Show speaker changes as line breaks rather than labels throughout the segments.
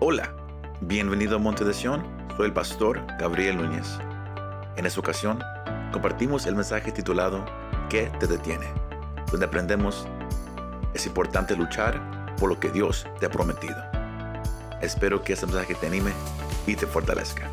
Hola, bienvenido a Monte de Sion, soy el pastor Gabriel Núñez. En esta ocasión, compartimos el mensaje titulado ¿Qué te detiene? Donde aprendemos es importante luchar por lo que Dios te ha prometido. Espero que este mensaje te anime y te fortalezca.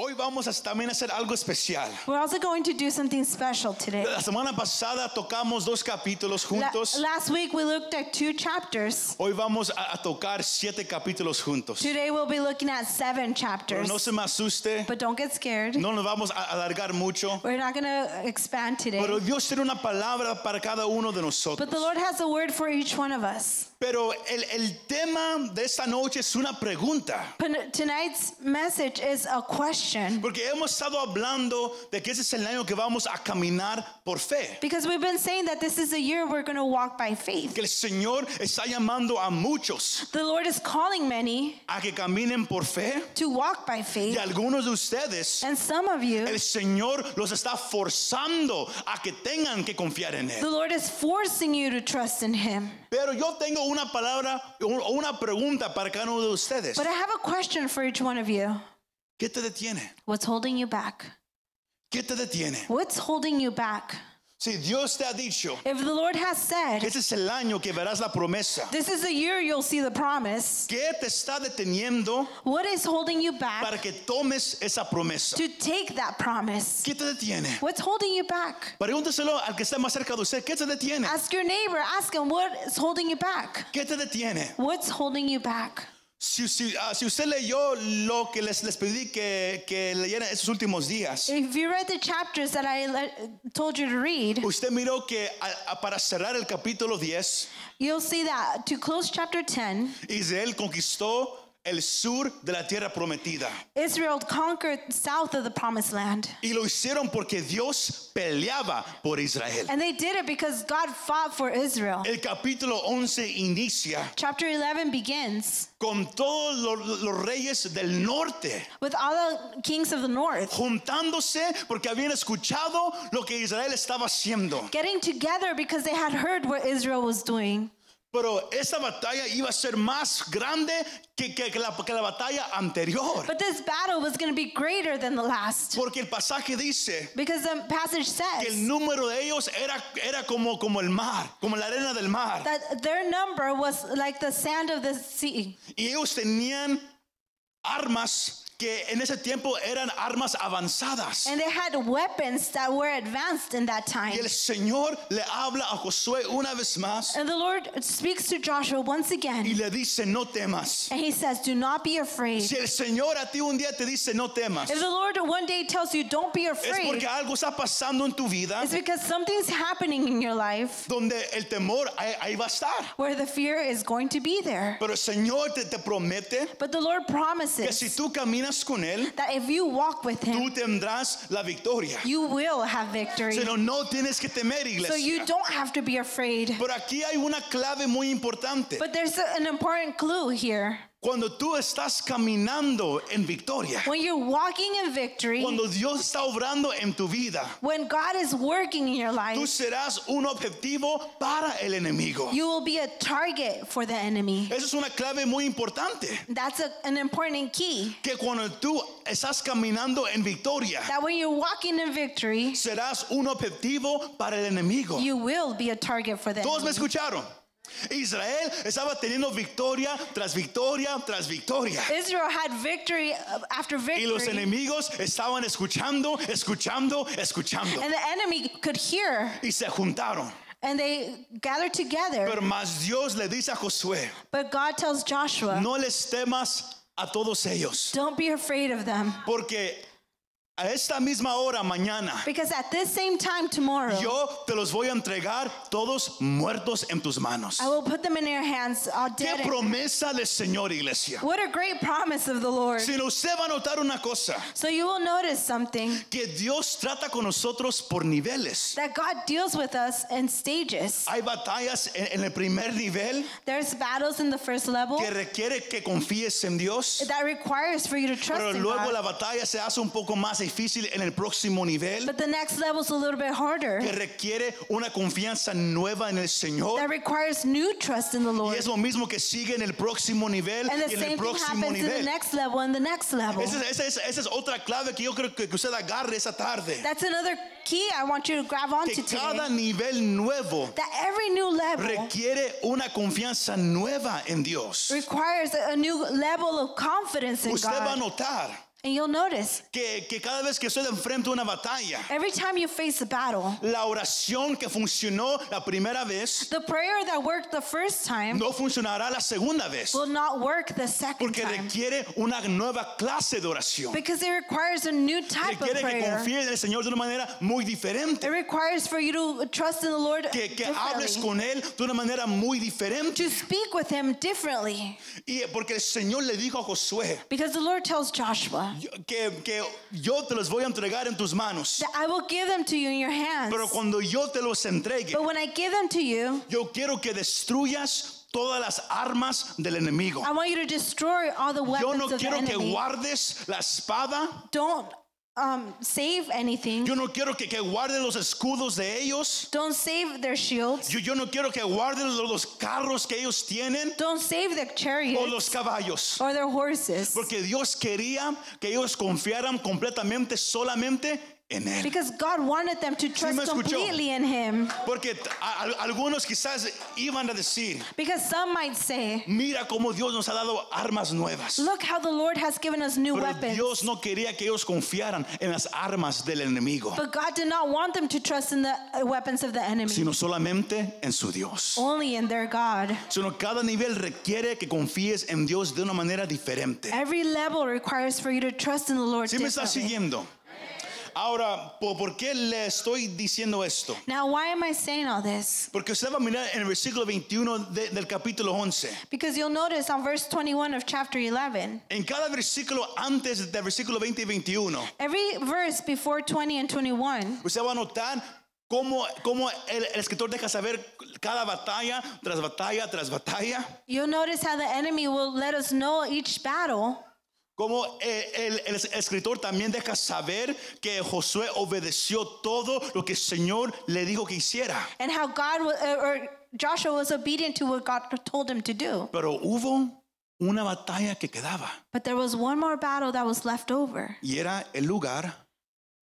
Hoy vamos a también hacer algo especial.
We're also going to do something special today.
La semana pasada tocamos dos capítulos
La-
juntos.
last week we looked at two chapters.
Hoy vamos a, a tocar siete capítulos juntos.
Today we'll be looking at
Pero
seven chapters.
no se me asuste,
But don't get scared.
no nos vamos a alargar mucho.
We're not going to expand today.
Pero Dios tiene una palabra para cada uno de
But the
nosotros.
Lord has a word for each one of us.
Pero el, el tema de esta noche es una pregunta.
But tonight's message is a question.
Porque hemos estado hablando de que ese es el año que vamos a caminar por fe.
Because we've been saying that this is a year we're going to walk by faith.
Que el Señor está llamando a muchos
The Lord is calling many
a que caminen por fe.
to walk by
Y
faith.
algunos de ustedes
And some of you,
El Señor los está forzando a que tengan que confiar en
the
Él.
Lord is forcing you to trust in Him.
Pero yo tengo una palabra o o una pregunta para cada uno de ustedes.
But I have a question for each one of you.
¿Qué te detiene?
What's holding you back?
¿Qué te detiene?
What's holding you back?
Si Dios te ha dicho
If the Lord has
que
said,
ese es el año que verás la promesa,
This is the year you'll see the promise,
¿qué te está deteniendo
what is holding you
para
back
que tomes esa promesa?
to take that promise?
¿Qué te detiene?
What's holding you back?
Pregúntaselo al que está más cerca de usted. ¿Qué te detiene?
Ask your neighbor, ask him, What is holding you back?
¿Qué te detiene?
What's holding you back?
Si, si- ah, si usted leyó lo que les, les pedí que, que leyeran estos últimos días,
If you read the chapters that I le- told you to read,
Usted miró que a- a- para cerrar el capítulo 10,
you'll see that to close chapter 10,
Israel conquistó el sur de la tierra prometida.
Israel conquered south of the promised land.
Y lo hicieron porque Dios peleaba por Israel.
And they did it because God fought for Israel.
El capítulo 11 inicia
Chapter 11 begins.
con todos lo- los reyes del norte
with all the kings of the north
juntándose porque habían escuchado lo que Israel estaba haciendo.
getting together because they had heard what Israel was doing.
Pero esa batalla iba a ser más grande que, que- que la, que la batalla anterior.
But this battle was going to be greater than the last
Porque el pasaje dice
because the passage
que el
says
número de ellos era, era como, como el mar, como la arena del mar.
that their number was like the sand of the sea.
Y ellos tenían armas que en ese tiempo eran armas avanzadas.
And they had weapons that were advanced in that
Y
time.
el Señor le habla a Josué una vez más
And the Lord speaks to Joshua once
y
again.
le dice, no temas.
And he says, Do not be afraid.
Si el Señor a ti un día te dice, no temas,
If the Lord one day tells you, Don't be
es
afraid,
porque algo está pasando en tu vida
it's because something's happening in your life
donde el temor ahí, ahí va a estar.
where the fear is going to be there.
Pero el Señor te, te promete
But the Lord
que
promises
si tú caminas con Él,
that if you walk with
tú
Him,
tendrás la victoria.
you will have victory.
Pero no tienes que temer,
So
iglesia.
you don't have to be afraid.
Pero aquí hay una clave muy importante.
But there's a- an important clue here.
Cuando tú estás caminando en victoria,
When you're walking in victory,
cuando Dios está obrando en tu vida,
when God is working in your
tú
life,
serás un objetivo para el enemigo.
you will be a target for the enemy.
Esa es una clave muy importante.
That's a, an important key.
Que cuando tú estás caminando en victoria,
That when you're walking in victory,
serás un objetivo para el enemigo.
you will be a target for the
¿Todos me
enemy.
escucharon? Israel estaba teniendo victoria tras victoria tras victoria.
Israel had victory uh, after
Y los
victory,
enemigos estaban escuchando, escuchando, escuchando.
and the enemy could hear,
Y se juntaron.
and they gathered together.
Pero más Dios le dice a Josué,
But God tells Joshua,
no les temas a todos ellos,
Don't be afraid of them.
porque a esta misma hora mañana
Because at this same time tomorrow,
yo te los voy a entregar todos muertos en tus manos.
I will put them in your hands, all
Qué
dead. and-
promesa del Señor, iglesia.
What a great promise of the Lord.
Sino usted va a notar una cosa,
So you will notice something
que Dios trata con nosotros por niveles.
that God deals with us in stages.
Hay batallas en, en el primer nivel
There's battles in the first level
que requiere que confíes en Dios,
that requires for you to trust
pero
in
luego
God.
la batalla se hace un poco más difícil en el próximo nivel
But the next level's a little bit harder.
que requiere una confianza nueva en el Señor.
That requires new trust in the
Y
Lord.
es lo mismo que sigue en el próximo nivel
And the
y en el
same thing
próximo
happens in the
nivel.
next level and the next level.
Esa es, esa es- esa es otra clave que yo creo que que usted agarre esa tarde.
That's another key I want you to grab onto
Que cada
today.
nivel nuevo
That every new level
requiere una confianza nueva en Dios.
requires a new level of confidence in
Usted va a
God.
notar
And you'll notice
que, que cada vez que usted enfrenta una batalla,
every time you face a battle,
la oración que funcionó la primera vez
the prayer that worked the first time
no funcionará la segunda vez.
will not work the second
Porque
time.
requiere una nueva clase de oración.
Because it requires a new type of
Requiere que
prayer.
confíe en el Señor de una manera muy
It
diferente.
requires for you to trust in the Lord
Que, que hables
differently.
con Él de una manera muy
To
diferente.
speak with him differently.
Y porque el Señor le dijo a Josué
Because the Lord tells Joshua
yo- que, que yo te los voy a entregar en tus manos.
that I will give them to you in your hands.
Pero cuando yo te los entregue,
But when I give them to you,
yo quiero que destruyas todas las armas del enemigo.
I want you to destroy all the
Yo
weapons
no
of the
quiero que
enemy.
guardes la espada.
Don't um, save anything.
Yo no quiero que, que guardes los escudos de ellos.
Don't save their shields.
Yo, yo no quiero que guardes los, los carros que ellos tienen
Don't save their
o
chariots
los caballos.
or their horses.
Porque Dios quería que ellos confiaran completamente solamente en Él.
Because God wanted them to
me
trust
escuchó?
completely in Him.
Porque t- a- a- algunos quizás iban a decir,
Because some might say,
mira cómo Dios nos ha dado armas nuevas.
Look how the Lord has given us new
Pero
weapons.
Dios no quería que ellos confiaran en las armas del enemigo,
But God did not want them to trust in the uh, weapons of the enemy,
sino solamente en su Dios.
only in their God.
Sino cada nivel requiere que confíes en Dios de una manera diferente.
Every level requires for you to trust in the Lord.
¿Sí me está
differently.
siguiendo? Ahora, ¿po- ¿por qué le estoy diciendo esto?
Now, why am I saying all this?
Porque usted va a mirar en el versículo 21 de- del capítulo 11.
Because you'll notice on verse 21 of chapter 11,
En cada versículo antes del versículo 20 y 21,
every verse before 20 and 21,
usted va a notar cómo, cómo el, el escritor deja saber cada batalla tras batalla tras batalla,
you'll notice how the enemy will let us know each battle.
cómo eh, el, el escritor también deja saber que Josué obedeció todo lo que el Señor le dijo que hiciera.
And how God wa- uh, or Joshua was obedient to what God told him to do.
Pero hubo una batalla que quedaba
But there was one more battle that was left over,
y era el lugar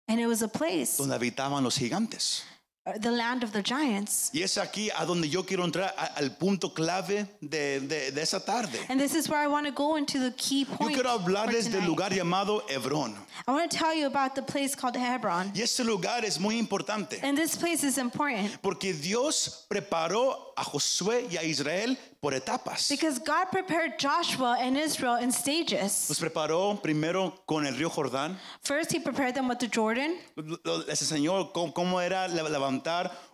and it was a place,
donde habitaban los gigantes.
uh, the land of the giants.
Y es aquí a donde yo quiero entrar a- al punto clave de, de- de esa tarde.
And this is where I want to go into the key
Yo
point.
quiero hablarles
for
del
tonight.
lugar llamado Hebrón.
I want to tell you about the place called Hebron.
Y este lugar es muy importante
And this place is important
porque Dios preparó a Josué y a Israel por etapas.
because God prepared Joshua and Israel in
Los
stages.
preparó primero con el río Jordán.
First, he prepared them with the Jordan.
Lo- lo- Les enseñó cómo, cómo era le- levantar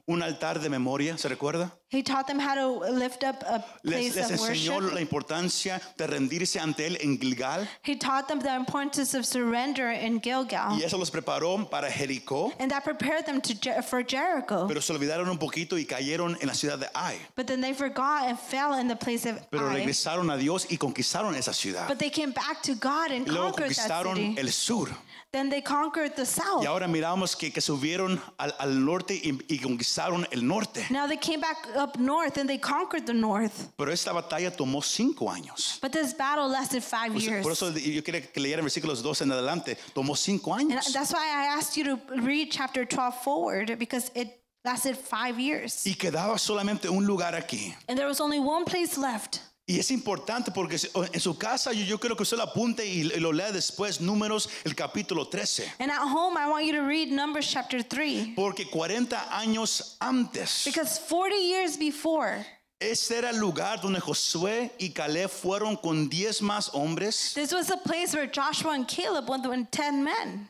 un altar de memoria, ¿se recuerda?
He taught them how to lift up a
Les,
place
les
of
enseñó
worship.
la importancia de rendirse ante él en Gilgal
He taught them the importance of surrender in Gilgal.
y eso los preparó para Jericó,
And that prepared them to Jer- for Jericho.
pero se olvidaron un poquito y cayeron en la ciudad de Ai.
but then they forgot and fell in the place of
Pero
Ai.
regresaron a Dios y conquistaron esa ciudad.
But they came back to God and
Y Luego
conquered that city. Oh.
conquistaron el sur.
then they conquered the south.
Y ahora miramos que, que subieron al, al norte y, y conquistaron el norte.
Now they came back up north and they conquered the north.
Pero esta batalla tomó cinco años.
But this battle lasted five
Por
years.
eso- Por eso yo quería que leyeran versículos 12 en adelante. Tomó cinco
and
años.
that's why I asked you to read chapter 12 forward because it lasted five years.
Y quedaba solamente un lugar aquí.
And there was only one place left.
Y es importante porque si- en su casa yo, yo creo que usted lo apunte y lo- y lo lea después, números, el capítulo 13.
And at home, I want you to read Numbers chapter 3.
Porque 40 años antes,
Because 40 years before,
Este era el lugar donde Josué y Caleb fueron con 10 más hombres
this was the place where Joshua and Caleb went with 10 men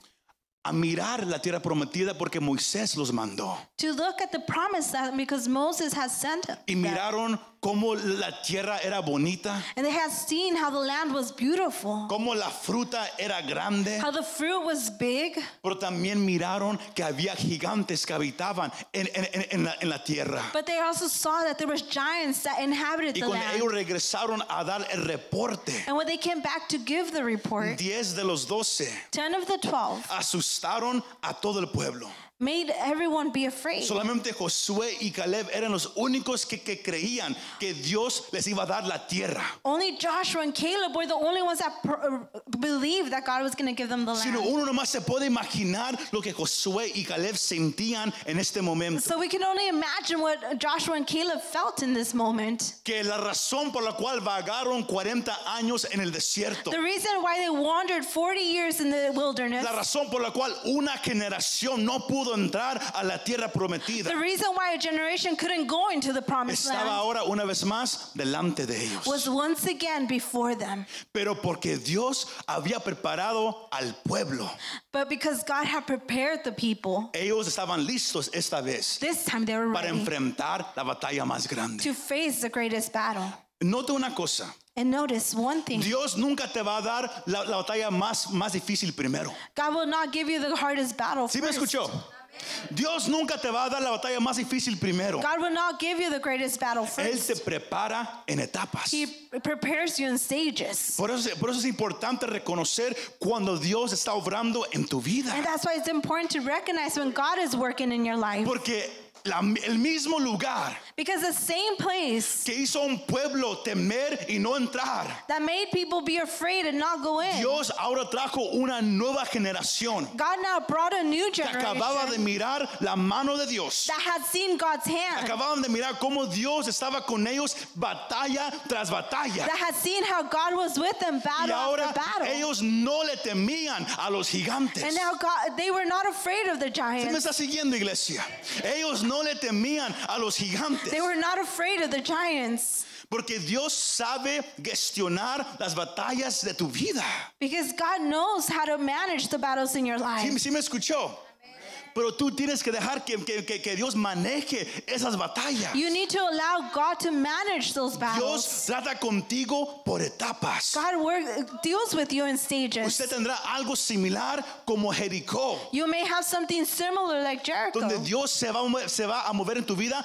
a mirar la tierra prometida porque Moisés los mandó.
to look at the promised land because Moses had sent them.
Y miraron cómo la tierra era bonita,
And they had seen how the land was beautiful,
cómo la fruta era grande,
how the fruit was big,
pero también miraron que había gigantes que habitaban en, en- en- en la, en la tierra.
but they also saw that there was giants that inhabited
Y
the
cuando
land.
ellos regresaron a dar el reporte,
And when they came back to give the report,
10 de los 12
10 of the 12
a sus asustaron a todo el pueblo.
made everyone be afraid.
Solamente Josué y Caleb eran los únicos que, que creían que Dios les iba a dar la tierra.
Only Joshua and Caleb were the only ones that per- uh, believed that God was going to give them the
Sino
land.
uno nomás se puede imaginar lo que Josué y Caleb sentían en este momento.
So we can only imagine what Joshua and Caleb felt in this moment.
Que la razón por la cual vagaron 40 años en el desierto.
The reason why they wandered 40 years in the wilderness.
La razón por la cual una generación no pudo entrar a la tierra prometida.
The reason why a generation couldn't go into the promised
Estaba
land
ahora una vez más delante de ellos.
was once again before them.
Pero porque Dios había preparado al pueblo.
But because God had prepared the people,
Ellos estaban listos esta vez
this time they were
para
ready
enfrentar la batalla más grande.
to face the greatest battle.
Nota una cosa.
And notice one thing
Dios nunca te va a dar la, la batalla más, más difícil primero.
God will not give you the hardest battle.
¿Sí me
first.
escuchó? Dios nunca te va a dar la batalla más difícil primero.
God will not give you the greatest battle
Él
first.
te prepara en etapas.
He prepares you in stages.
Por eso, por eso es importante reconocer cuando Dios está obrando en tu
And
vida.
that's why it's important to recognize when God is working in your life.
Porque la- el mismo lugar
Because the same place
que hizo a un pueblo temer y no entrar,
that made people be afraid and not go in,
Dios ahora trajo una nueva generación
God now brought a new
que acababa de
generation
mirar la mano de Dios.
that had seen God's hand,
Acababan de mirar cómo Dios estaba con ellos batalla tras batalla.
that had seen how God was with them
Y
battle
ahora
after battle.
ellos no le temían a los gigantes.
And now God, they were not afraid of
¿Sí
the
me
giants.
está siguiendo, iglesia? Ellos no le temían a los gigantes.
They were not afraid of the giants
Porque Dios sabe gestionar las batallas de tu vida.
because God knows how to manage the battles in your
¿Sí,
life.
sí me escuchó? Pero tú tienes que dejar que, que- que- que Dios maneje esas batallas.
You need to allow God to manage those battles.
Dios trata contigo por etapas.
God work, deals with you in stages.
Usted tendrá algo similar como Jericó.
You may have something similar like Jericho,
donde Dios se va, a mover- se va a mover en tu vida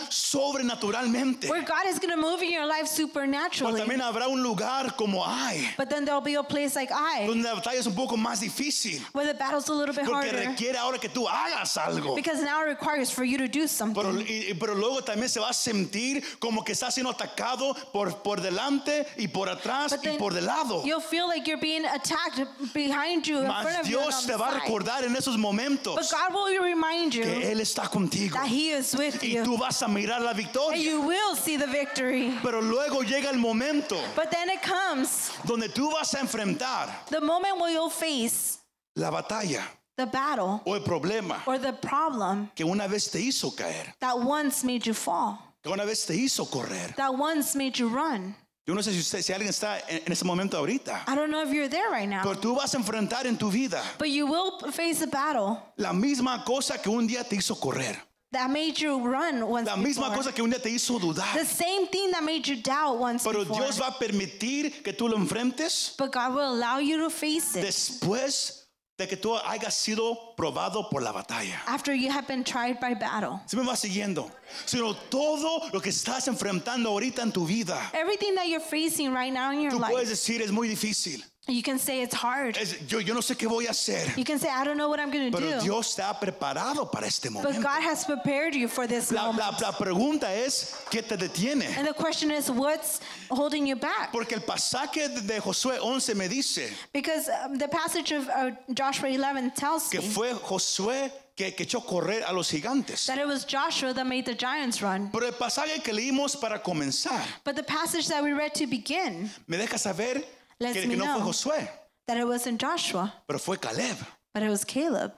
sobrenaturalmente.
where God is going to move in your life
Pero
supernaturally.
también habrá un lugar como hay,
But then there'll be a place like I,
donde la batalla es un poco más difícil,
where the battle's a little bit
porque
harder.
requiere ahora que tú hagas algo.
Because now it requires for you to do
Pero,
something.
y- y- pero luego también se va a sentir como que está siendo atacado por, por delante y por atrás
But
y
then
por de lado.
You'll feel like you're being attacked behind you, in front
Mas
of you, and on
Dios te
the
va a
side.
recordar en esos
But
momentos
God will remind
que
you
Él está contigo
that He is with
y tú
you,
vas a mirar la
and
victoria.
you will see the victory.
Pero luego llega el momento
But then it comes
donde tú vas a enfrentar
the moment where you'll face
la batalla.
the battle
o el problema
or the problem
que una vez te hizo caer,
that once made you fall,
que una vez te hizo correr.
that once made you run.
Yo no sé si usted, si alguien está en, en ese momento ahorita,
I don't know if you're there right now,
pero tú vas a enfrentar en tu vida
but you will face a battle
la misma cosa que un día te hizo correr,
that made you run once
la misma
before.
cosa que un día te hizo
The
dudar.
same thing that made you doubt once
Pero
before.
Dios va a permitir que tú lo enfrentes
But God will allow you to face it
después de que tú hayas sido probado por la batalla.
after you have been tried by battle.
Si me vas siguiendo, sino todo lo que estás enfrentando ahorita en tu vida,
Everything that you're facing right now in your
tú puedes
life,
decir es muy difícil.
you can say it's hard.
Es- yo, yo no sé qué voy a hacer.
You can say, I don't know what I'm going to
Pero
do.
Dios te ha preparado para este
But
momento.
God has prepared you for this
La,
moment.
la- la pregunta es, ¿qué te detiene?
And the question is, what's holding you back?
Porque el pasaje de de Josué 11 me dice
Because um, the passage of uh, Joshua 11 tells
que
me
fue Josué que, que echó correr a los gigantes.
that it was Joshua that made the giants run.
Pero el pasaje que leímos para comenzar
But the passage that we read to begin,
me deja saber que,
Lets
que
me
no fue
know.
Josué,
that it wasn't Joshua,
pero fue Caleb.
but it was Caleb.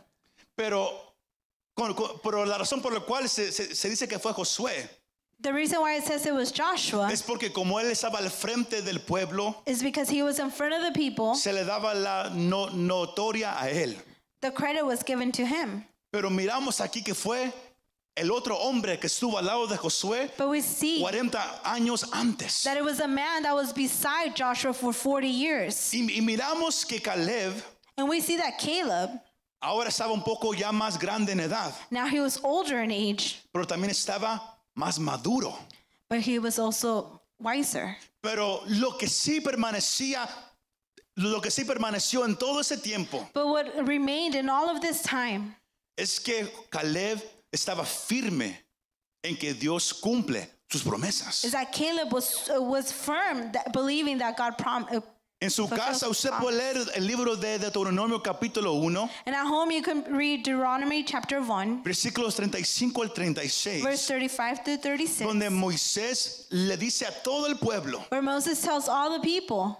Pero, con- con- pero la razón por la cual se, se- se dice que fue Josué
The reason why it says it was Joshua
es porque como él estaba al frente del pueblo,
is because he was in front of the people.
se le daba la no- notoria a él.
The credit was given to him.
Pero miramos aquí que fue el otro hombre que estuvo al lado de Josué
But we see
40 años antes.
that it was a man that was beside Joshua for 40 years.
Y, y miramos que Caleb
And we see that Caleb,
ahora estaba un poco ya más grande en edad,
now he was older in age,
pero también estaba más maduro.
but he was also wiser.
Pero lo que sí permanecía Lo que sí permaneció en todo ese tiempo
But what remained in all of this time
es que Caleb estaba firme en que Dios cumple sus
is
promesas.
that Caleb was, uh, was firm, that, believing that God prom- uh,
En su
Fulfill
casa
his
usted puede leer el libro de Deuteronomio capítulo 1,
And at home, you can read Deuteronomy chapter 1,
versículos 35 al 36,
verse 35 to 36,
donde Moisés le dice a todo el pueblo
where Moses tells all the people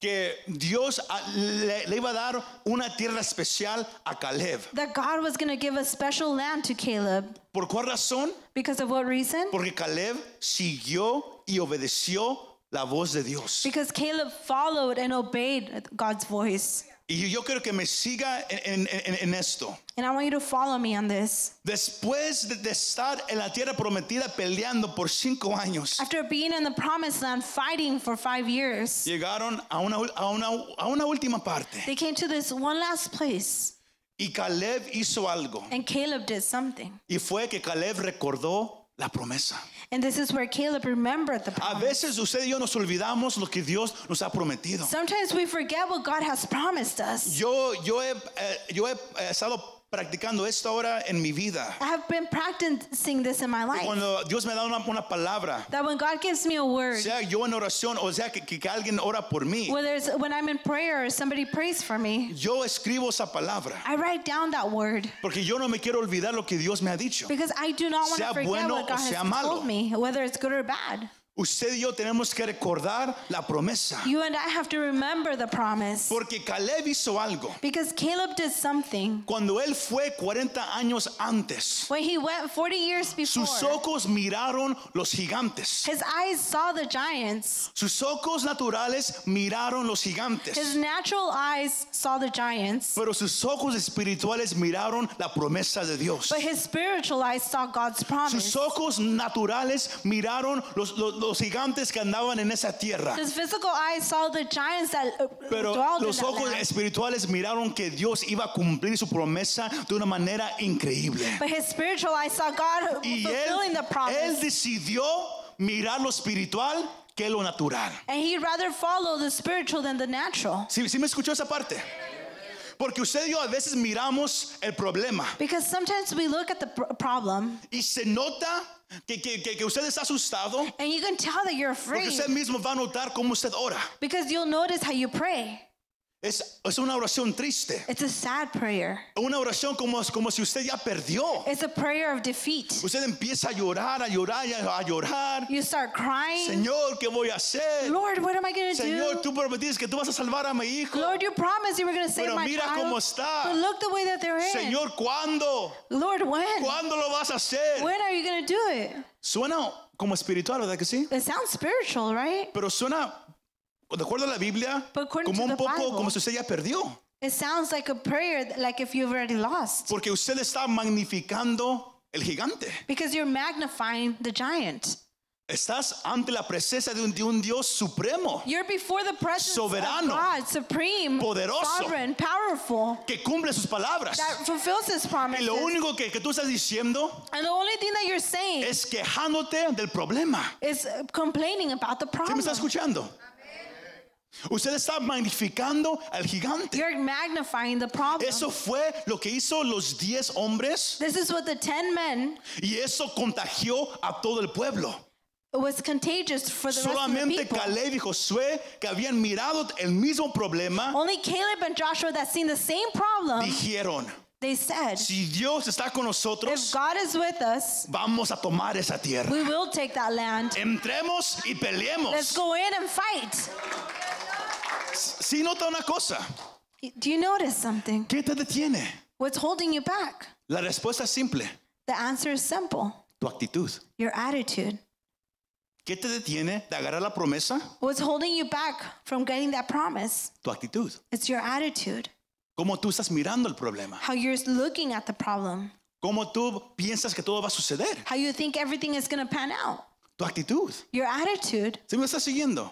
que Dios a- le, le iba a dar una tierra especial a Caleb.
that God was going to give a special land to Caleb.
¿Por cuál razón?
Because of what reason?
Porque Caleb siguió y obedeció la voz de Dios.
Because Caleb followed and obeyed God's voice.
Y yo quiero que me siga en, en- en- en esto.
And I want you to follow me on this.
Después de, de estar en la tierra prometida peleando por cinco años,
After being in the promised land fighting for five years,
llegaron a una, ul- a una, a una última parte.
they came to this one last place,
Y Caleb hizo algo.
and Caleb did something.
Y fue que Caleb recordó la promesa.
And this is where Caleb remembered the
A
promise.
veces usted y yo nos olvidamos lo que Dios nos ha prometido.
Sometimes we forget what God has promised us.
Yo, yo, he, eh, yo he eh, estado practicando esto ahora en mi vida.
I have been practicing this in my life.
Cuando Dios me da una, una palabra,
That when God gives me a word,
sea yo en oración o sea que, que- que alguien ora por mí,
whether it's when I'm in prayer or somebody prays for me,
yo escribo esa palabra.
I write down that word
Porque yo no me quiero olvidar lo que Dios me ha dicho.
because I do not want
Sea
to forget
bueno
what
o
God has
sea
told
malo.
me, whether it's good or bad.
Usted y yo tenemos que recordar la promesa.
You and I have to remember the promise
Porque Caleb hizo algo.
because Caleb did something.
Cuando él fue 40 años antes,
When he went 40 years before,
sus ojos miraron los gigantes.
his eyes saw the giants.
Sus ojos naturales miraron los
His
gigantes.
natural eyes saw the giants,
Pero sus ojos espirituales miraron la promesa de Dios.
but his spiritual eyes saw God's promise.
Sus ojos naturales miraron los, los- los gigantes que andaban en esa tierra.
His physical eyes saw the giants that uh,
Pero
dwelled in
los
that
ojos
land.
espirituales miraron que Dios iba a cumplir su promesa de una manera increíble.
But his spiritual eyes saw God
Y
fulfilling
él,
the promise.
él decidió mirar lo espiritual que lo natural.
and he'd rather follow the spiritual than the natural.
¿Sí, sí me escuchó esa parte? Porque usted y yo a veces miramos el problema
Because sometimes we look at the pr- problem
y se nota que, que- que- que usted está asustado
and you can tell that you're
porque
afraid
usted mismo va a notar cómo usted ora.
because you'll notice how you pray.
Es, es una oración triste.
It's a sad prayer,
Una oración como, como si usted ya perdió.
it's a prayer of defeat.
Usted empieza a llorar, a llorar, y a a llorar.
You start crying,
Señor, ¿qué voy a hacer?
Lord, what am I going to
Señor,
do?
tú prometiste que tú vas a salvar a mi hijo.
Lord, you promised you were going to save
Pero
my
mira
child.
cómo está.
But look the way that they're in.
Señor, ¿cuándo?
Lord, when?
¿Cuándo lo vas a hacer?
When are you going to do it?
Suena como espiritual, ¿verdad que sí?
It sounds spiritual, right?
Pero suena, de acuerdo a la Biblia,
But according
como
to
un
the
poco
Bible-
como si usted ya perdió.
It sounds like a prayer, like if you've already lost,
Porque usted está magnificando el gigante.
because you're magnifying the giant.
Estás ante la presencia de un, de un Dios supremo
You're before the presence
Soberano.
of God, supreme,
Poderoso.
sovereign, powerful,
que cumple sus palabras.
that fulfills His
Y
promises.
lo único que, que tú estás diciendo
and the only thing that you're saying
es quejándote del problema.
is uh, complaining about the
¿Sí me
problem.
está escuchando? Usted está magnificando al gigante.
You're magnifying the problem.
Eso fue lo que hizo los 10 hombres
this is what the ten men
y eso contagió a todo el pueblo.
was contagious for the rest of the
Solamente
people.
Caleb y Josué, que habían mirado el mismo problema,
only Caleb and Joshua that seen the same problem,
dijeron,
they said,
si Dios está con
if
nosotros,
God is with us,
vamos a tomar esa tierra.
we will take that land.
Entremos y
Let's
peleemos.
go in and fight.
Si nota una cosa,
Do you notice something?
¿qué te detiene?
What's holding you back?
La respuesta es simple,
The answer is simple
tu actitud.
your attitude.
¿Qué te detiene de agarrar la promesa?
What's holding you back from getting that promise?
Tu actitud.
It's your attitude,
Cómo tú estás mirando el problema.
how you're looking at the problem,
Cómo tú piensas que todo va a suceder.
how you think everything is going to pan out.
Tu actitud.
Your attitude.
¿Sí me estás siguiendo?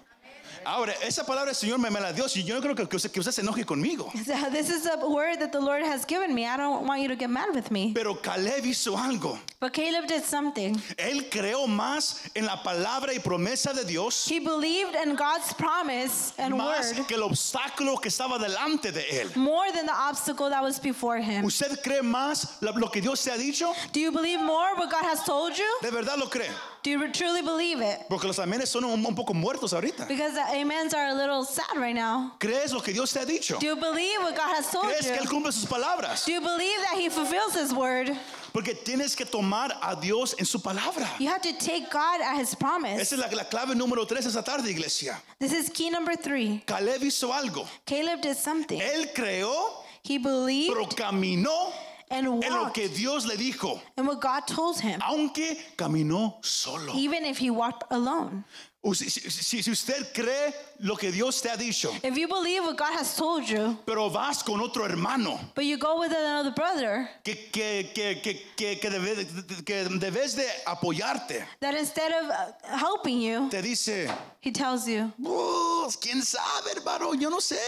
Ahora, esa palabra el Señor me, me la dio y yo no creo que, que usted, que usted se enoje conmigo.
So this is a word that the Lord has given me. I don't want you to get mad with me.
Pero Caleb hizo algo.
But Caleb did something.
Él creó más en la palabra y promesa de Dios
He believed in God's promise and
más
word
que el obstáculo que estaba delante de él.
more than the obstacle that was before him.
¿Usted cree más la- lo que Dios te ha dicho?
Do you believe more what God has told you?
¿De verdad lo cree?
Do you truly believe it?
Porque los amenes son un, un poco muertos ahorita.
Because the amens are a little sad right now.
¿Crees lo que Dios te ha dicho?
Do you believe what God has told
¿Crees que Él
you?
cumple sus palabras?
Do you believe that He fulfills His word?
Porque tienes que tomar a Dios en su palabra.
You have to take God at His promise.
Esa es la, la clave número tres esta tarde, iglesia.
This is key number three.
Caleb hizo algo.
Caleb did something.
Él creó,
He believed
pero caminó
and
en lo
walked
que Dios le dijo,
and what God told him,
aunque caminó solo.
even if he walked alone.
U- Si, si- si- si usted cree lo que Dios te ha dicho,
If you believe what God has told you,
pero vas con otro hermano
but you go with another brother,
que, que, que, que, que, que debe- que debes de apoyarte,
that instead of uh, helping you,
te dice,
he tells you,
"Pues, ¿quién sabe, hermano? Yo no sé.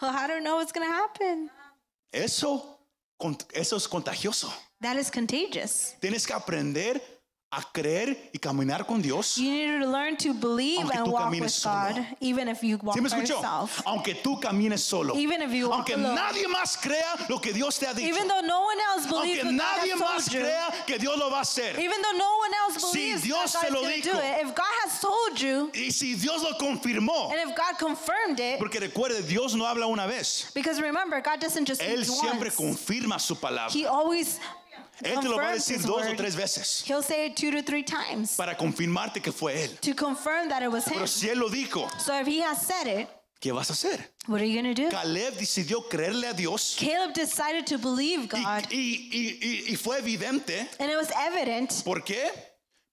Well, I don't know what's going to happen.
Eso, con- eso es contagioso.
That is contagious.
Tienes que aprender a creer y caminar con Dios.
You need to learn to believe
Aunque
and
tú
walk
camines
with
solo.
God, even if you walk
¿Sí me
by
escuchó?
yourself.
Aunque tú camines solo.
Even if you walk
Aunque
alone.
nadie más crea lo que Dios te ha dicho.
Even though no one else believes
Aunque
what God
nadie
has
más
told you.
crea que Dios lo va a hacer.
Even though no one else
Si
believes
Dios
that
te
God
lo
is going to
dijo.
do it, if God has told you,
Y si Dios lo confirmó,
and if God confirmed it,
porque recuerde, Dios no habla una vez.
because remember, God doesn't just
Él
speak
siempre
once.
confirma su palabra.
He always
Él te lo va a
confirms
decir
his
dos o
word.
tres veces
He'll say it two to three times
para confirmarte que fue Él.
to confirm that it was him.
Pero si Él lo dijo,
So if he has said it,
¿qué vas a hacer?
what are you going to do?
Caleb decidió creerle a Dios
Caleb decided to believe
y,
God,
y- y- y- y fue evidente.
and it was evident
¿Por qué?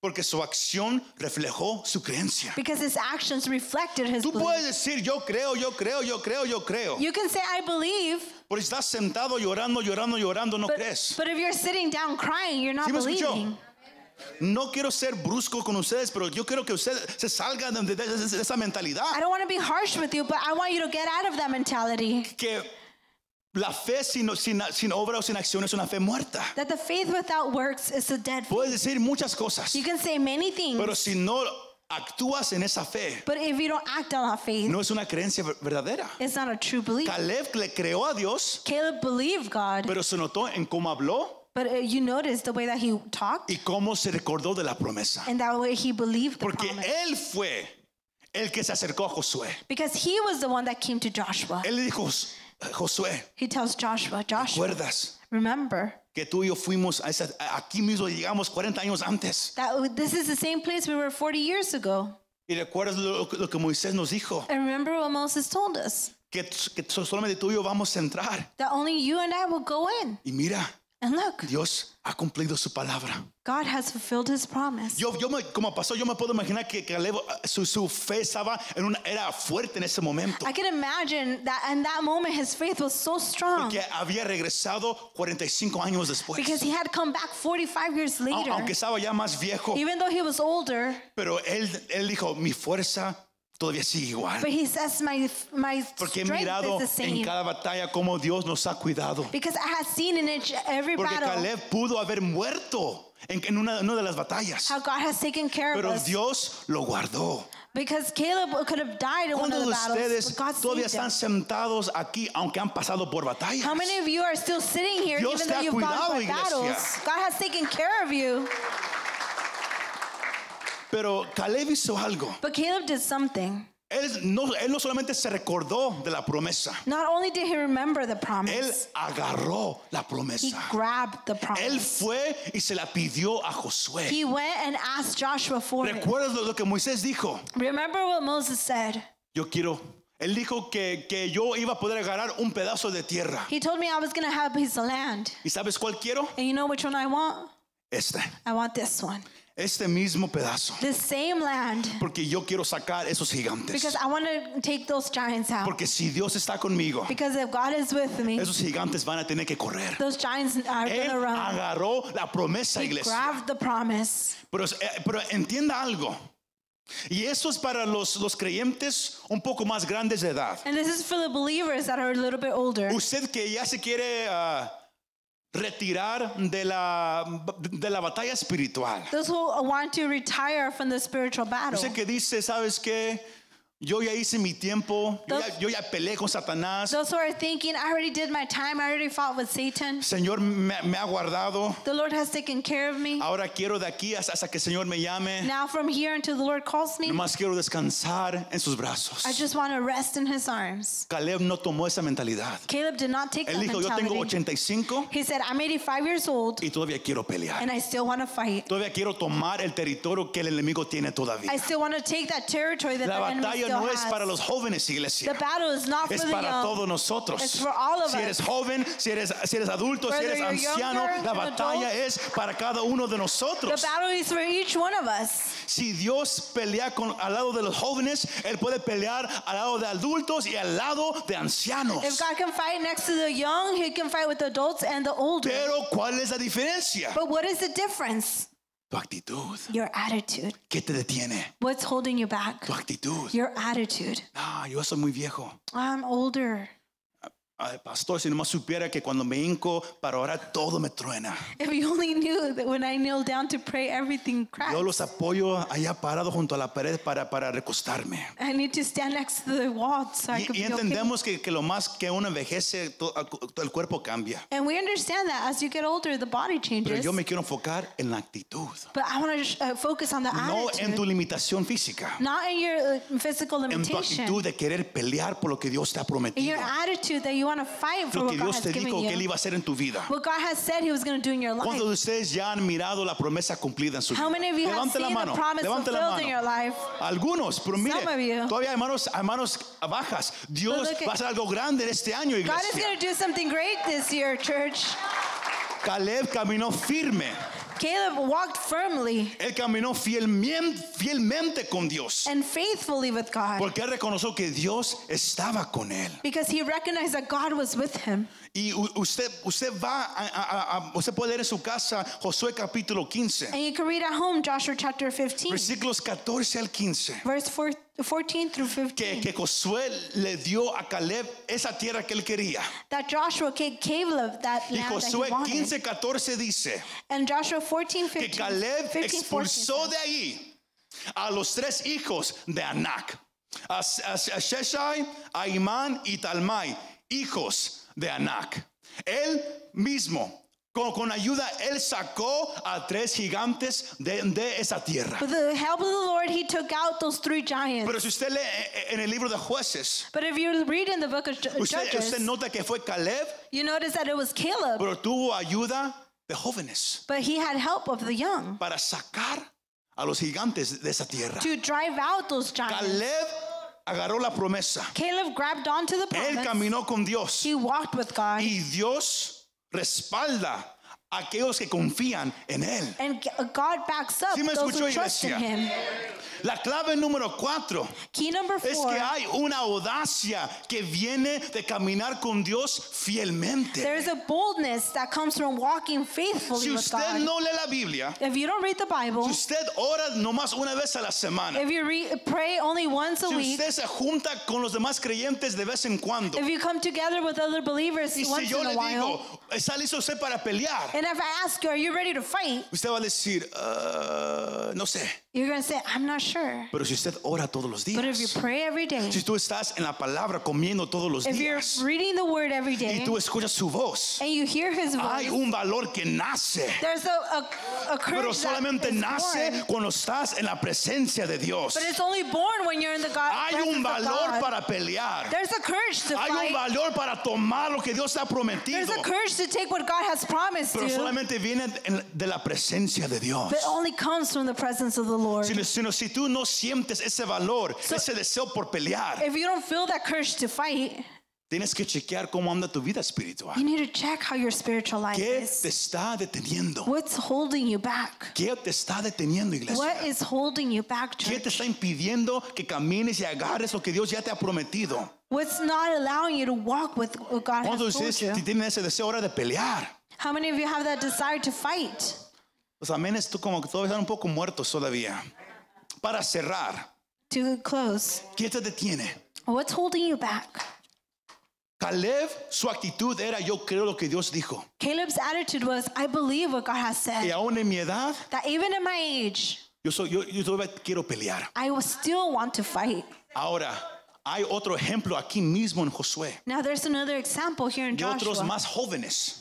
Porque su acción reflejó su creencia.
because his actions reflected his
Tú
belief.
puedes decir, yo creo, yo creo, yo creo, yo creo.
You can say, I believe,
Pero si estás sentado llorando, llorando, llorando, no
but,
crees.
but if you're sitting down crying, you're not
¿Sí me escuchó?
believing.
No quiero ser brusco con ustedes, pero yo quiero que ustedes se salgan de, de- de- de esa
I
mentalidad.
don't want to be harsh with you, but I want you to get out of that mentality
Que la fe sin, sin, sin obra o sin acción es una fe muerta.
that the faith without works is a dead faith.
Puedes decir muchas cosas,
You can say many things,
pero si no actúas en esa fe,
but if you don't act on that faith,
no es una creencia ver- verdadera.
it's not a true belief.
Caleb le creó a Dios,
Caleb believed God,
pero se notó en cómo habló
but uh, you notice the way that he talked,
y cómo se recordó de la promesa.
and that way he believed the
Porque
promise.
él fue el que se acercó a Josué.
Because he was the one that came to Joshua.
Él le dijo, "Jos- Josué,
He tells Joshua, Joshua,
¿recuerdas
remember
que tú y yo fuimos a esa- a- aquí mismo, llegamos 40 años antes?
that this is the same place we were 40 years ago.
Y recuerdas lo, lo que Moisés nos dijo,
And remember what Moses told us
que, que so- solamente tú y yo vamos a entrar.
that only you and I will go in.
Y mira,
And look,
Dios ha cumplido su palabra.
God has fulfilled his promise.
Yo, yo me- como pasó, yo me puedo imaginar que Caleb, ah, su, su fe estaba en una, era fuerte en ese momento.
I can imagine that in that moment his faith was so strong
Que había regresado 45 años después.
because he had come back 45 years
Au-
later.
Aunque estaba ya más viejo.
Even though he was older,
Pero él, él dijo, mi fuerza todavía sigue
but
igual.
he says, My, my
Porque he
strength
mirado
is the
en
same.
cada batalla cómo Dios nos ha cuidado.
Because I have seen in each, every
Porque
battle
Caleb pudo haber muerto en, en una, en una de las batallas.
how God has taken care of
Pero
us.
Dios lo guardó.
Because Caleb could have died in one
¿Cuántos de
of the battles,
ustedes
but God
todavía
saved him.
están sentados aquí aunque han pasado por batallas?
How many of you are still sitting here
Dios
even
te
though
ha
you've
cuidado,
gone through
iglesia.
battles? God has taken care of you.
Pero Caleb hizo algo.
But Caleb did something.
Él no, él no solamente se recordó de la promesa,
Not only did he remember the
él
promise,
agarró la
he
promesa.
grabbed the
Él
promise.
fue y se la pidió a Josué.
He went and asked Joshua for it.
¿Recuerdas lo lo que Moisés dijo?
Remember what Moses said.
Yo quiero. Él dijo que, que yo iba a poder agarrar un pedazo de tierra.
He told me I was going to have a piece of land.
¿Y sabes cuál quiero?
And you know which one I want?
Este.
I want this one.
Este mismo pedazo.
This same land.
Porque yo quiero sacar esos
Because
gigantes.
I want to take those giants out.
Porque si Dios está conmigo,
Because if God is with me,
esos gigantes van a tener que correr.
those giants are going
Él
to run.
agarró la promesa,
He
iglesia.
grabbed the promise.
Pero, eh, pero entienda algo. Y eso es para los, los creyentes un poco más grandes de edad.
And this is for the believers that are a little bit older.
Usted que ya se quiere ah, retirar de la, de la batalla espiritual.
Those who want to retire from the spiritual battle.
Usted que dice, ¿sabes qué? Yo ya hice mi tiempo, yo ya, yo ya peleé con Satanás,
Those who are thinking, I already did my time, I already fought with Satan.
Señor me, me ha guardado,
The Lord has taken care of me.
ahora quiero de aquí hasta, hasta que el Señor me llame,
Now, from here until the Lord calls me,
nomás quiero descansar en sus brazos.
I just want to rest in his arms.
Caleb no tomó esa mentalidad.
Caleb did not take that
Él dijo, yo tengo
mentality.
85
He said, I'm 85 years old
y todavía quiero pelear.
and I still want to fight.
Todavía quiero tomar el territorio que el enemigo tiene todavía.
I still want to take that territory that
La
the enemy
batalla
still
no es
has.
para los jóvenes,
the
iglesia.
battle is not for
Es
the
para
young.
todos nosotros.
It's for all of
Si eres
us.
joven, si eres, si eres adulto, si
Whether
eres
you're
anciano,
younger,
la
an
batalla es para cada uno de
The
nosotros.
battle is for each one of us.
Si Dios pelea con, al lado de los jóvenes, Él puede pelear al lado de adultos y al lado de ancianos.
If God can fight next to the young, He can fight with the adults and the older.
Pero ¿cuál es la diferencia?
but what is the difference?
Tu actitud.
Your attitude.
¿Qué te detiene?
What's holding you back?
Tu actitud.
Your attitude.
Ah, yo soy muy viejo.
I'm older.
Ay, pastor, si nomás supiera que cuando me hinco para orar todo me truena.
If you only knew that when I kneel down to pray, everything
Yo
cracks.
los apoyo allá parado junto a la pared para, para recostarme.
I need to stand next to the wall so I could
Y, y
be okay.
entendemos que, que lo más que uno envejece, to- a- todo el cuerpo cambia.
And we understand that as you get older, the body
Pero
changes.
yo me quiero enfocar en la actitud,
But I want to uh, focus on the
no en
attitude,
tu limitación física,
not in your uh, physical
en tu
limitation.
actitud de querer pelear por lo que Dios te ha
in your
prometido,
attitude that you want to fight for
lo
what
que
God
Dios
has
te
given
dijo que Él
you.
iba a hacer en tu vida.
What God has said He was going to do in your life.
¿Cuántos de ustedes ya han mirado la promesa cumplida en su vida?
How many of you have
Levante la
seen the
mano,
promise
levante la
fulfilled in your
mano.
life?
Algunos, pero mire,
Some of you.
todavía hay manos, hay manos bajas. Dios
look at-
va a hacer algo grande en este año,
God is
iglesia.
going to do something great this year, church.
Caleb caminó firme.
Caleb walked firmly
Él caminó fielmien- fielmente con Dios.
and faithfully with God
Porque él reconoció que Dios estaba con él.
because he recognized that God was with him.
Y u- usted, usted va a, a- a- a- usted puede leer en su casa Josué capítulo 15,
And you can read at home Joshua chapter 15,
versículos 14 al 15.
verse four- 14 through
Que,
15,
que Josué le dio a Caleb esa tierra que él quería.
that Joshua gave Caleb that
Y
land that he
Josué
wanted.
15, 14 dice
And Joshua 14,
que
15,
Caleb
15, 14.
expulsó de ahí a los tres hijos de Anac, a, a- a Sheshai, a Imán y Talmai, hijos de Anac. Él mismo, con, con ayuda, él sacó a tres gigantes de, de esa tierra.
With the help of the Lord, he took out those three giants.
Pero si usted lee eh, en el libro de jueces,
But if you read in the book of Ju-
usted,
pues, Judges,
usted nota que fue Caleb,
you notice that it was Caleb,
pero tuvo ayuda de jóvenes
but he had help of the young
para sacar a los gigantes de esa tierra.
to drive out those giants.
Caleb agarró la promesa.
Caleb grabbed onto the
Él
promise.
caminó con Dios.
He walked with God.
Y Dios respalda a aquellos que confían en Él.
And G- God backs up
Sí me
those who
escuchó,
trust in
iglesia.
him.
La clave número cuatro
Key number
es
four,
que hay una audacia que viene de caminar con Dios
there
fielmente.
is a boldness that comes from walking faithfully
Si
with
usted
God.
no lee la Biblia,
if you don't read the Bible,
si usted ora nomás una vez a la semana,
if you re- pray only once a
si
week,
usted se junta con los demás creyentes de vez en cuando,
if you come together with other believers
y si
once
yo
in
le
a while,
digo, ¿está listo usted para pelear?
and if I ask you, are you ready to fight?
Usted va a decir, "Ah, no sé.
You're going to say, I'm not sure.
Pero si usted ora todos los días,
But if you pray every day,
Si tú estás en la palabra comiendo todos los
if you're
días
reading the word every
y
day
tú escuchas su voz,
and you hear his
hay
voice,
un valor que nace,
there's a, a, a
pero
courage that
solamente
is
nace
born.
cuando estás en la presencia de Dios.
But it's only born when you're in the God.
Hay
presence
un
of
valor
God.
para pelear,
There's a courage to
hay un
fight.
valor para tomar lo que Dios te ha
There's
prometido,
a courage to take what God has promised
pero
you.
solamente viene en- de la presencia de Dios.
But it only comes from the presence of the Lord.
Si, si- si tú no sientes ese valor, ese deseo por pelear,
If you don't feel that courage to fight,
tienes que chequear cómo anda tu vida
you
espiritual.
need to check how your spiritual life
¿Qué
is.
te está deteniendo?
What's holding you back?
¿Qué te está deteniendo, iglesia?
What is holding you back,
¿Qué
church?
te está impidiendo que camines y agarres lo que Dios ya te ha prometido?
What's not allowing you to walk with what God
¿Cuántos de
has told you?
ustedes si tienen ese deseo ahora de pelear?
How many of you have that desire to fight?
Los amenes tú como que todavía están un poco muertos todavía. para cerrar,
to close.
¿qué te detiene?
What's holding you back?
Caleb, su actitud era yo creo lo que Dios dijo.
Caleb's attitude was, I believe what God has
Y
said.
aún en mi edad,
That even at my age,
yo, soy, yo, yo todavía quiero pelear.
I will still want to fight.
Ahora, hay otro ejemplo aquí mismo en Josué,
Now there's another example here in
de otros
Joshua.
más jóvenes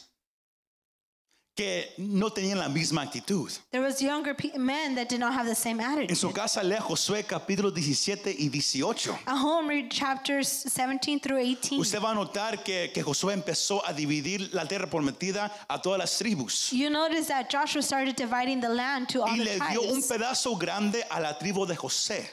que no tenían la misma actitud.
There was younger pe- men that did not have the same
En
attitude.
su casa lea Josué capítulo 17 y 18.
At home, read chapters 17 through 18.
Usted va a notar que, que Josué empezó a dividir la tierra prometida a todas las tribus
You notice that Joshua started dividing the land to all
y
the
le dio un
tribes.
pedazo grande a la tribu de José.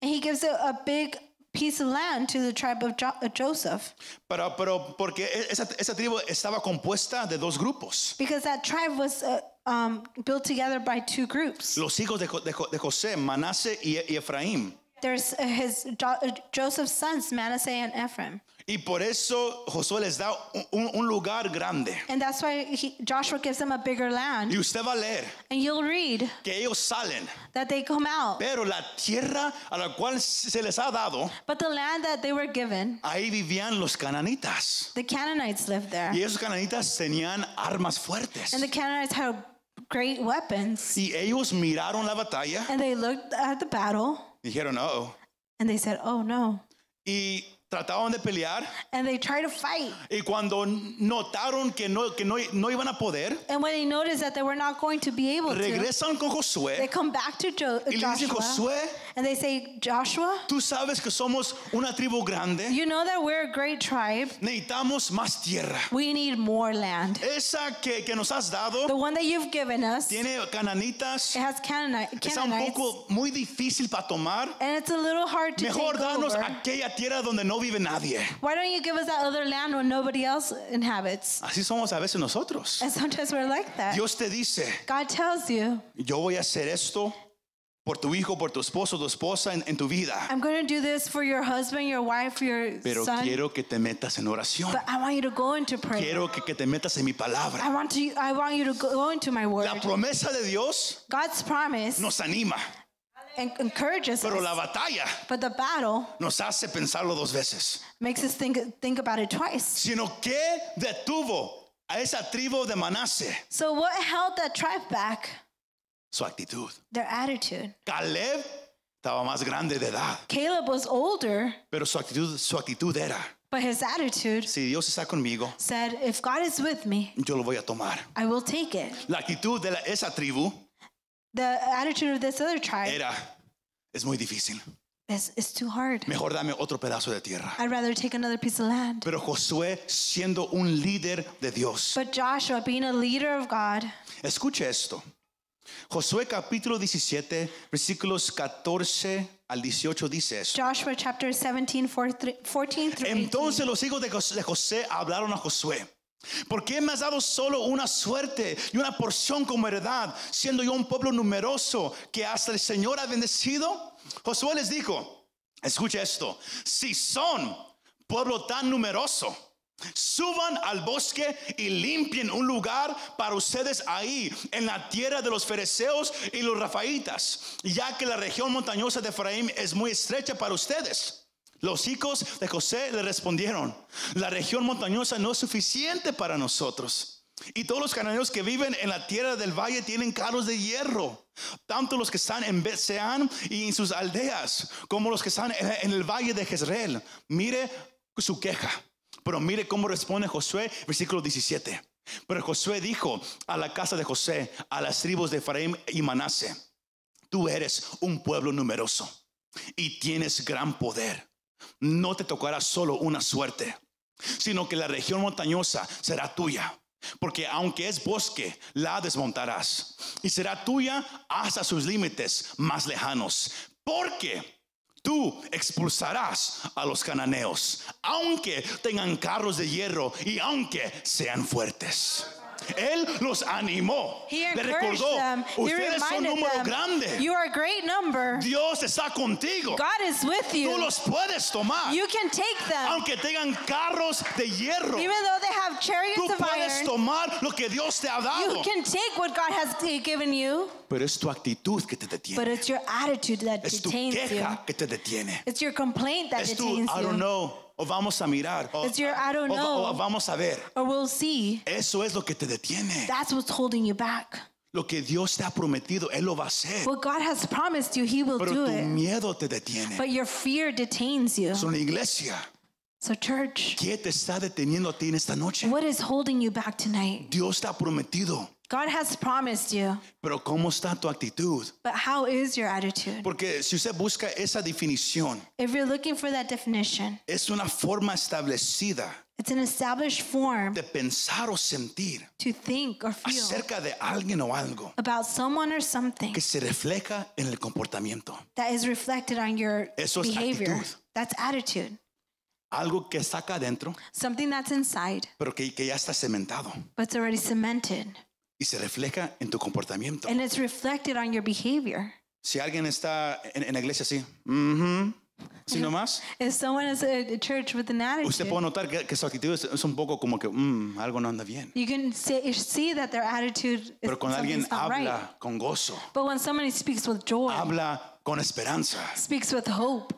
And he gives a, a big piece of land to the tribe of jo- uh, Joseph.
Pero, pero porque e, esa, esa tribu estaba compuesta de dos grupos.
Because that tribe was uh, um, built together by two groups.
Los hijos de, Jo- de Jo- de José, Manase y, y Efraín.
There's uh, his jo- uh, Joseph's sons, Manasseh and Ephraim.
Y por eso Josué les da un- un, un lugar grande.
And that's why he, Joshua gives them a bigger land.
Y usted va a leer
And you'll read
que ellos salen,
that they come out.
pero la tierra a la cual se les ha dado,
But the land that they were given,
ahí vivían los cananitas.
the Canaanites lived there.
Y esos cananitas tenían armas fuertes.
And the Canaanites had great weapons.
Y ellos miraron la batalla,
And they looked at the battle
dijeron, oh,
and they said, oh no.
y trataban de pelear.
And they tried to fight.
Y cuando notaron que no, que no, no iban a poder,
And when they noticed that they were not going to be able to,
regresan con
they
Josué
come back to jo-
y le dicen,
Joshua
Josué,
and they say, Joshua,
tú sabes que somos una tribu grande,
you know that we're a great tribe.
necesitamos más tierra.
We need more land.
Esa que, que nos has
The
dado
one that you've given us, it
tiene cananitas,
has Canaanite,
está un
Canaanites,
poco muy difícil para tomar.
and it's a little hard to
Mejor
take
danos
over.
aquella tierra donde no vive nadie.
Why don't you give us that other land when nobody else inhabits?
Así somos a veces nosotros.
And sometimes we're like that.
Dios te dice,
God tells you,
yo voy a hacer esto por tu hijo, por tu esposo, tu esposa en, en tu vida.
I'm going to do this for your husband, your wife, your
Pero
son,
quiero que te metas en oración.
but I want you to go into prayer.
Quiero que, que te metas en mi
I
palabra.
want to. I want you to go into my word.
La promesa de Dios
God's promise
nos anima,
en- encourages
pero
us,
la batalla
but the battle
nos hace pensarlo dos veces.
makes us think think about it twice.
Sino que detuvo a esa tribu de Manase
So what held that tribe back?
su actitud.
Their attitude.
Caleb estaba más grande de edad,
Caleb was older,
pero su actitud, su actitud era,
but his attitude
si Dios está conmigo,
said, "If God is with me,
yo lo voy a tomar.
I will take it."
La actitud de la- esa tribu
The attitude of this other tribe
era, es muy difícil.
is it's too hard.
Mejor dame otro pedazo de tierra.
I'd rather take another piece of land.
Pero Josué, siendo un líder de Dios,
But Joshua, being a leader of God,
escuche esto. Josué capítulo 17, versículos 14 al 18 dice esto.
Joshua chapter 17, 4 through- 14 through 18.
Entonces los hijos de Jos- de José hablaron a Josué. ¿Por qué me has dado solo una suerte y una porción como heredad, siendo yo un pueblo numeroso que hasta el Señor ha bendecido? Josué les dijo, escucha esto, si son pueblo tan numeroso, suban al bosque y limpien un lugar para ustedes ahí, en la tierra de los fereceos y los rafaitas, ya que la región montañosa de Efraín es muy estrecha para ustedes. Los hijos de José le respondieron, la región montañosa no es suficiente para nosotros. Y todos los cananeos que viven en la tierra del valle tienen carros de hierro, tanto los que están en Betseán y en sus aldeas, como los que están en en el valle de Jezreel. Mire su queja, pero mire cómo responde Josué, versículo 17. Pero Josué dijo a la casa de José, a las tribus de Efraín y Manase, Tú eres un pueblo numeroso y tienes gran poder. No te tocará solo una suerte, sino que la región montañosa será tuya. Porque aunque es bosque, la desmontarás y será tuya hasta sus límites más lejanos. Porque tú expulsarás a los cananeos, aunque tengan carros de hierro y aunque sean fuertes. Él los animó.
He
Le
encouraged
recordó,
them. He
ustedes son
reminded
número
them,
grande.
You are a great number.
Dios está contigo.
God is with
Tú
you.
los puedes tomar.
You can take them.
Aunque tengan carros de hierro,
Even though they have chariots
tú
of
puedes
iron,
tomar lo que Dios te ha
you
dado.
can take what God has given you,
Pero es tu actitud que te
but
detiene.
it's your attitude that
Es tu
detains you.
queja que te detiene.
It's your complaint that
Es tu I
detains
don't
you.
know o vamos a mirar o,
It's your I don't
o- o- o
know
vamos a ver.
or we'll see.
Eso es lo que te detiene.
That's what's holding you back.
Lo que Dios te ha prometido, él lo va a hacer.
What God has promised you, He will
Pero
do
tu
it.
miedo te detiene.
But your fear detains you.
So, la iglesia,
So, church,
¿qué te está deteniendo a ti en esta noche?
what is holding you back tonight?
Dios te ha prometido,
God has promised you,
pero ¿cómo está tu actitud?
but how is your attitude?
Porque si usted busca esa definición,
If you're looking for that definition,
es una forma establecida
it's an established form
de pensar o sentir
to think or feel
acerca de alguien o algo
about someone or something
que se refleja en el comportamiento,
that is reflected on your
Eso es
behavior.
actitud.
That's attitude,
algo que está acá adentro,
something that's inside,
pero que, que ya está cementado
but it's already cemented
y se refleja en tu comportamiento.
and it's reflected on your behavior.
Si alguien está en, en la iglesia así, ujú, así nomás,
If someone is at a church with an
usted
attitude,
puede notar que, que su actitud es, es un poco como que "Mm, algo no anda bien.
you can see, see that their attitude is
Pero cuando alguien
something's not
habla
right.
con gozo,
But when somebody speaks with joy,
habla con esperanza,
speaks with hope,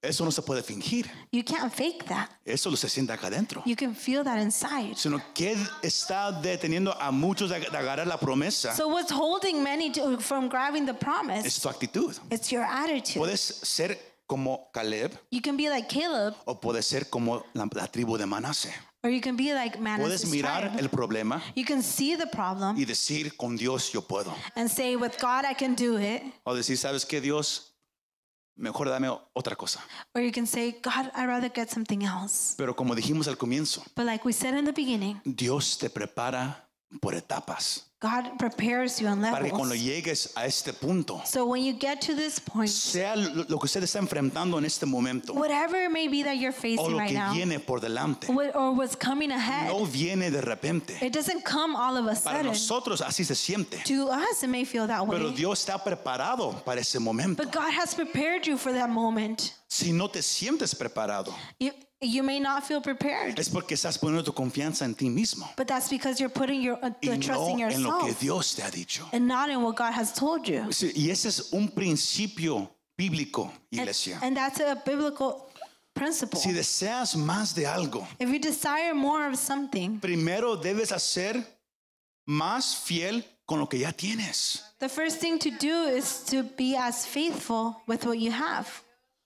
eso no se puede fingir.
you can't fake that.
Eso lo se siente acá adentro.
You can feel that inside.
Sino que está deteniendo a muchos de ag- de agarrar la promesa
So what's holding many to, from grabbing the promise?
es tu actitud.
It's your attitude.
Puedes ser como Caleb
You can be like Caleb,
o puedes ser como la, la tribu de Manase.
or you can be like
Puedes
Manasseh's
mirar
tribe.
el problema
You can see the problem
y decir, con Dios yo puedo.
and say, "With God, I can do it,"
O decir, ¿sabes qué, Dios? Mejor dame o- otra cosa.
or you can say, "God, I'd rather get something else."
Pero como dijimos al comienzo,
But like we said in the beginning,
Dios te prepara por etapas
God prepares you on
para que cuando
levels.
llegues a este punto,
So when you get to this point,
sea lo lo que usted está enfrentando en este momento
whatever it may be that
o
you're facing
lo
right
que
now,
viene por delante,
what, or what's coming ahead,
no viene de repente.
It doesn't come all of a
Para
sudden.
nosotros así se siente,
To us, it may feel that
pero
way.
Dios está preparado para ese momento.
But God has prepared you for that moment.
Si no te sientes preparado,
You, you may not feel prepared,
es porque estás poniendo tu confianza en ti mismo
but that's because you're putting your uh,
y
the trust
no
in
en lo que
yourself
Dios te ha dicho.
and not in what God has told you.
Sí, Y ese es un principio bíblico,
And,
iglesia.
and that's a biblical principle.
Si deseas más de algo,
If you desire more of something,
primero debes hacer más fiel con lo que ya tienes.
the first thing to do is to be as faithful with what you have.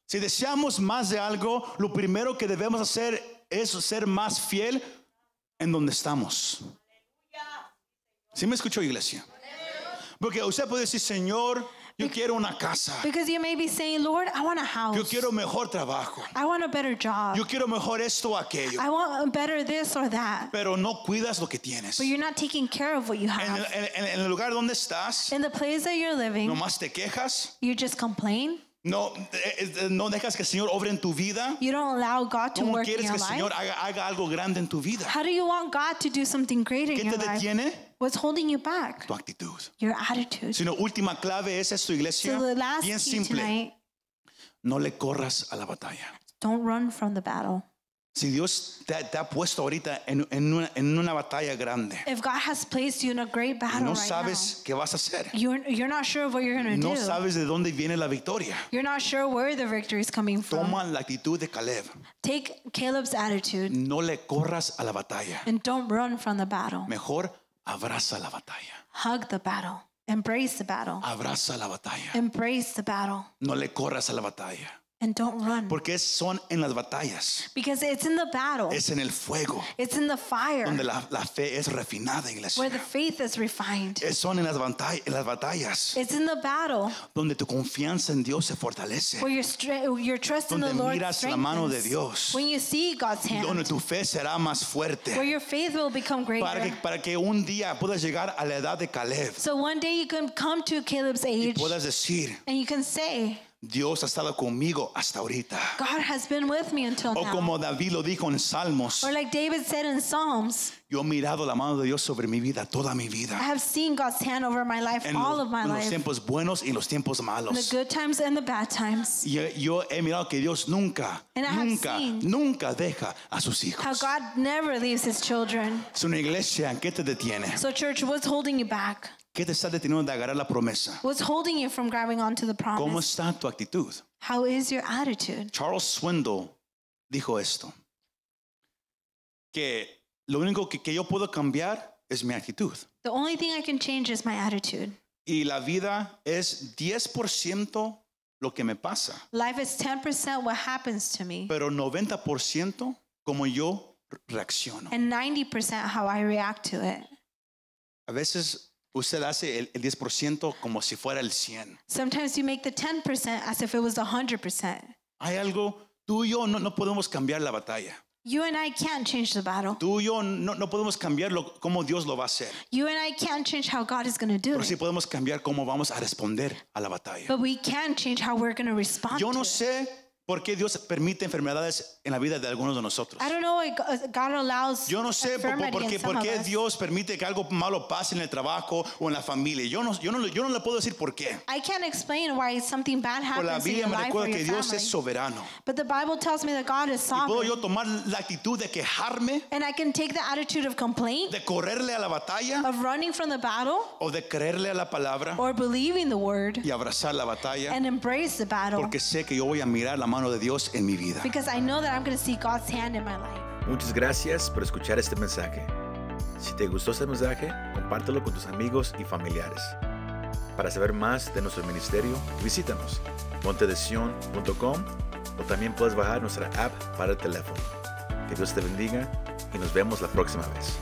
Si deseamos más de algo, lo primero que debemos hacer es ser más fiel en donde estamos. ¿Sí me escuchó, iglesia? Porque usted puede decir, Señor, yo quiero una casa,
Because you may be saying, Lord, I want a
yo
house.
quiero mejor trabajo,
I want a better job.
yo quiero mejor esto o aquello,
I want a better this or that.
pero no cuidas lo que tienes.
But
En
you're not taking care of what you
el,
have.
en- en el lugar donde estás,
In the place that you're living,
nomás te quejas,
you just complain.
no, eh, eh, no dejas que el Señor obre en tu vida.
You don't allow God to
¿Cómo
work in
quieres que
your
el Señor
life.
haga, haga algo grande en tu vida?
How do you want God to do something great
¿Qué
in
te
your life?
detiene?
What's holding you back?
Tu actitud.
Your attitude.
Sino última clave es esto, iglesia.
So the last
Bien
key
simple.
tonight,
No le corras a la batalla.
don't run from the battle.
Si Dios te, ha- te ha puesto ahorita en, en una, en una batalla grande,
If God has placed you in a great battle
no
right
sabes qué vas a hacer.
now, you're, you're not sure what you're going to
No
do. Uh-huh.
sabes de dónde viene la victoria.
You're not sure where the victory is coming from.
Toma la actitud de Caleb.
Take Caleb's attitude
No le corras a la batalla.
and don't run from the battle.
Mejor abraza la batalla.
Hug the battle. Embrace the battle.
Abraza la batalla.
Embrace the battle
No le corras a la batalla.
and don't run.
Porque son en las batallas,
Because it's in the battle,
es en el fuego,
it's in the fire
donde la, la fe es refinada,
where the
iglesia.
faith is refined.
Es- Son en las, banta- en las batallas
It's in the battle
donde tu confianza en Dios se fortalece,
where your, stre- your trust in the
Donde
Lord
miras la mano de
strengthens.
Dios.
When you see God's
donde
hand,
tu fe será más
where
fuerte,
your faith will become
para que,
greater.
para que un día puedas llegar a la edad de Caleb
So one day you can come to Caleb's
y
age
puedas decir,
and you can say,
Dios ha estado conmigo hasta ahorita.
God has been with me until
O
now.
como David lo dijo en Salmos,
Or like David said in Psalms,
yo he mirado la mano de Dios sobre mi vida, toda mi
I
vida.
have seen God's hand over my life,
En
all
los,
of my
en los
life,
tiempos buenos y en los tiempos
in the
malos.
good times and the bad times.
Y Yo, yo he mirado que Dios nunca,
And I have
nunca,
seen
nunca deja a sus
How
hijos.
God never leaves his children.
Es una iglesia que te detiene,
So, church, what's holding you back?
que te está deteniendo de agarrar la promesa.
What's holding you from grabbing onto the
¿Cómo
promise?
está tu actitud?
How is your attitude?
Charles Swindoll dijo esto, que lo único que, que yo puedo cambiar es mi actitud.
The only thing I can change is my attitude.
Y la vida es 10% lo que me pasa,
Life is 10% what happens to me,
pero 90% como yo reacciono.
and 90% how I react to it.
A veces usted hace el, el 10% como si fuera el 100.
Sometimes you make the 10% as if it was 100%.
Hay algo, tú y yo no, no podemos cambiar la batalla.
You and I can't change the battle.
Tú y yo no, no podemos cambiar lo- cómo Dios lo va a hacer,
You and I can't change how God is going to do
pero sí
it.
podemos cambiar cómo vamos a responder a la batalla.
But we can change how we're going to respond.
Yo
to
no
it.
sé por qué Dios permite enfermedades en la vida de algunos de nosotros.
I don't know. why Go- God allows.
Yo no sé por, por-
infirmity
por
in
qué,
some
por
of
qué
us.
Dios permite que algo malo pase en el trabajo o en la familia. Yo no, yo no, yo no le puedo decir por qué.
I can't explain why something bad
Pero la
happens in
Biblia
your
me
life or
recuerda
your
que Dios
family.
es soberano.
But the Bible tells me that God is
Puedo
sovereign,
yo tomar la actitud de quejarme,
and I can take the attitude of complaint,
de correrle a la batalla
of running from the battle,
o de creerle a la palabra
or believing the word
y abrazar la batalla
and embrace the battle,
porque sé que yo voy a mirar la mano de Dios en mi vida.
because I know that I'm going to see God's hand in my life.
Muchas gracias por escuchar este mensaje. Si te gustó este mensaje, compártelo con tus amigos y familiares. Para saber más de nuestro ministerio, visítanos montedesion.com o también puedes bajar nuestra app para el teléfono. Que Dios te bendiga y nos vemos la próxima vez.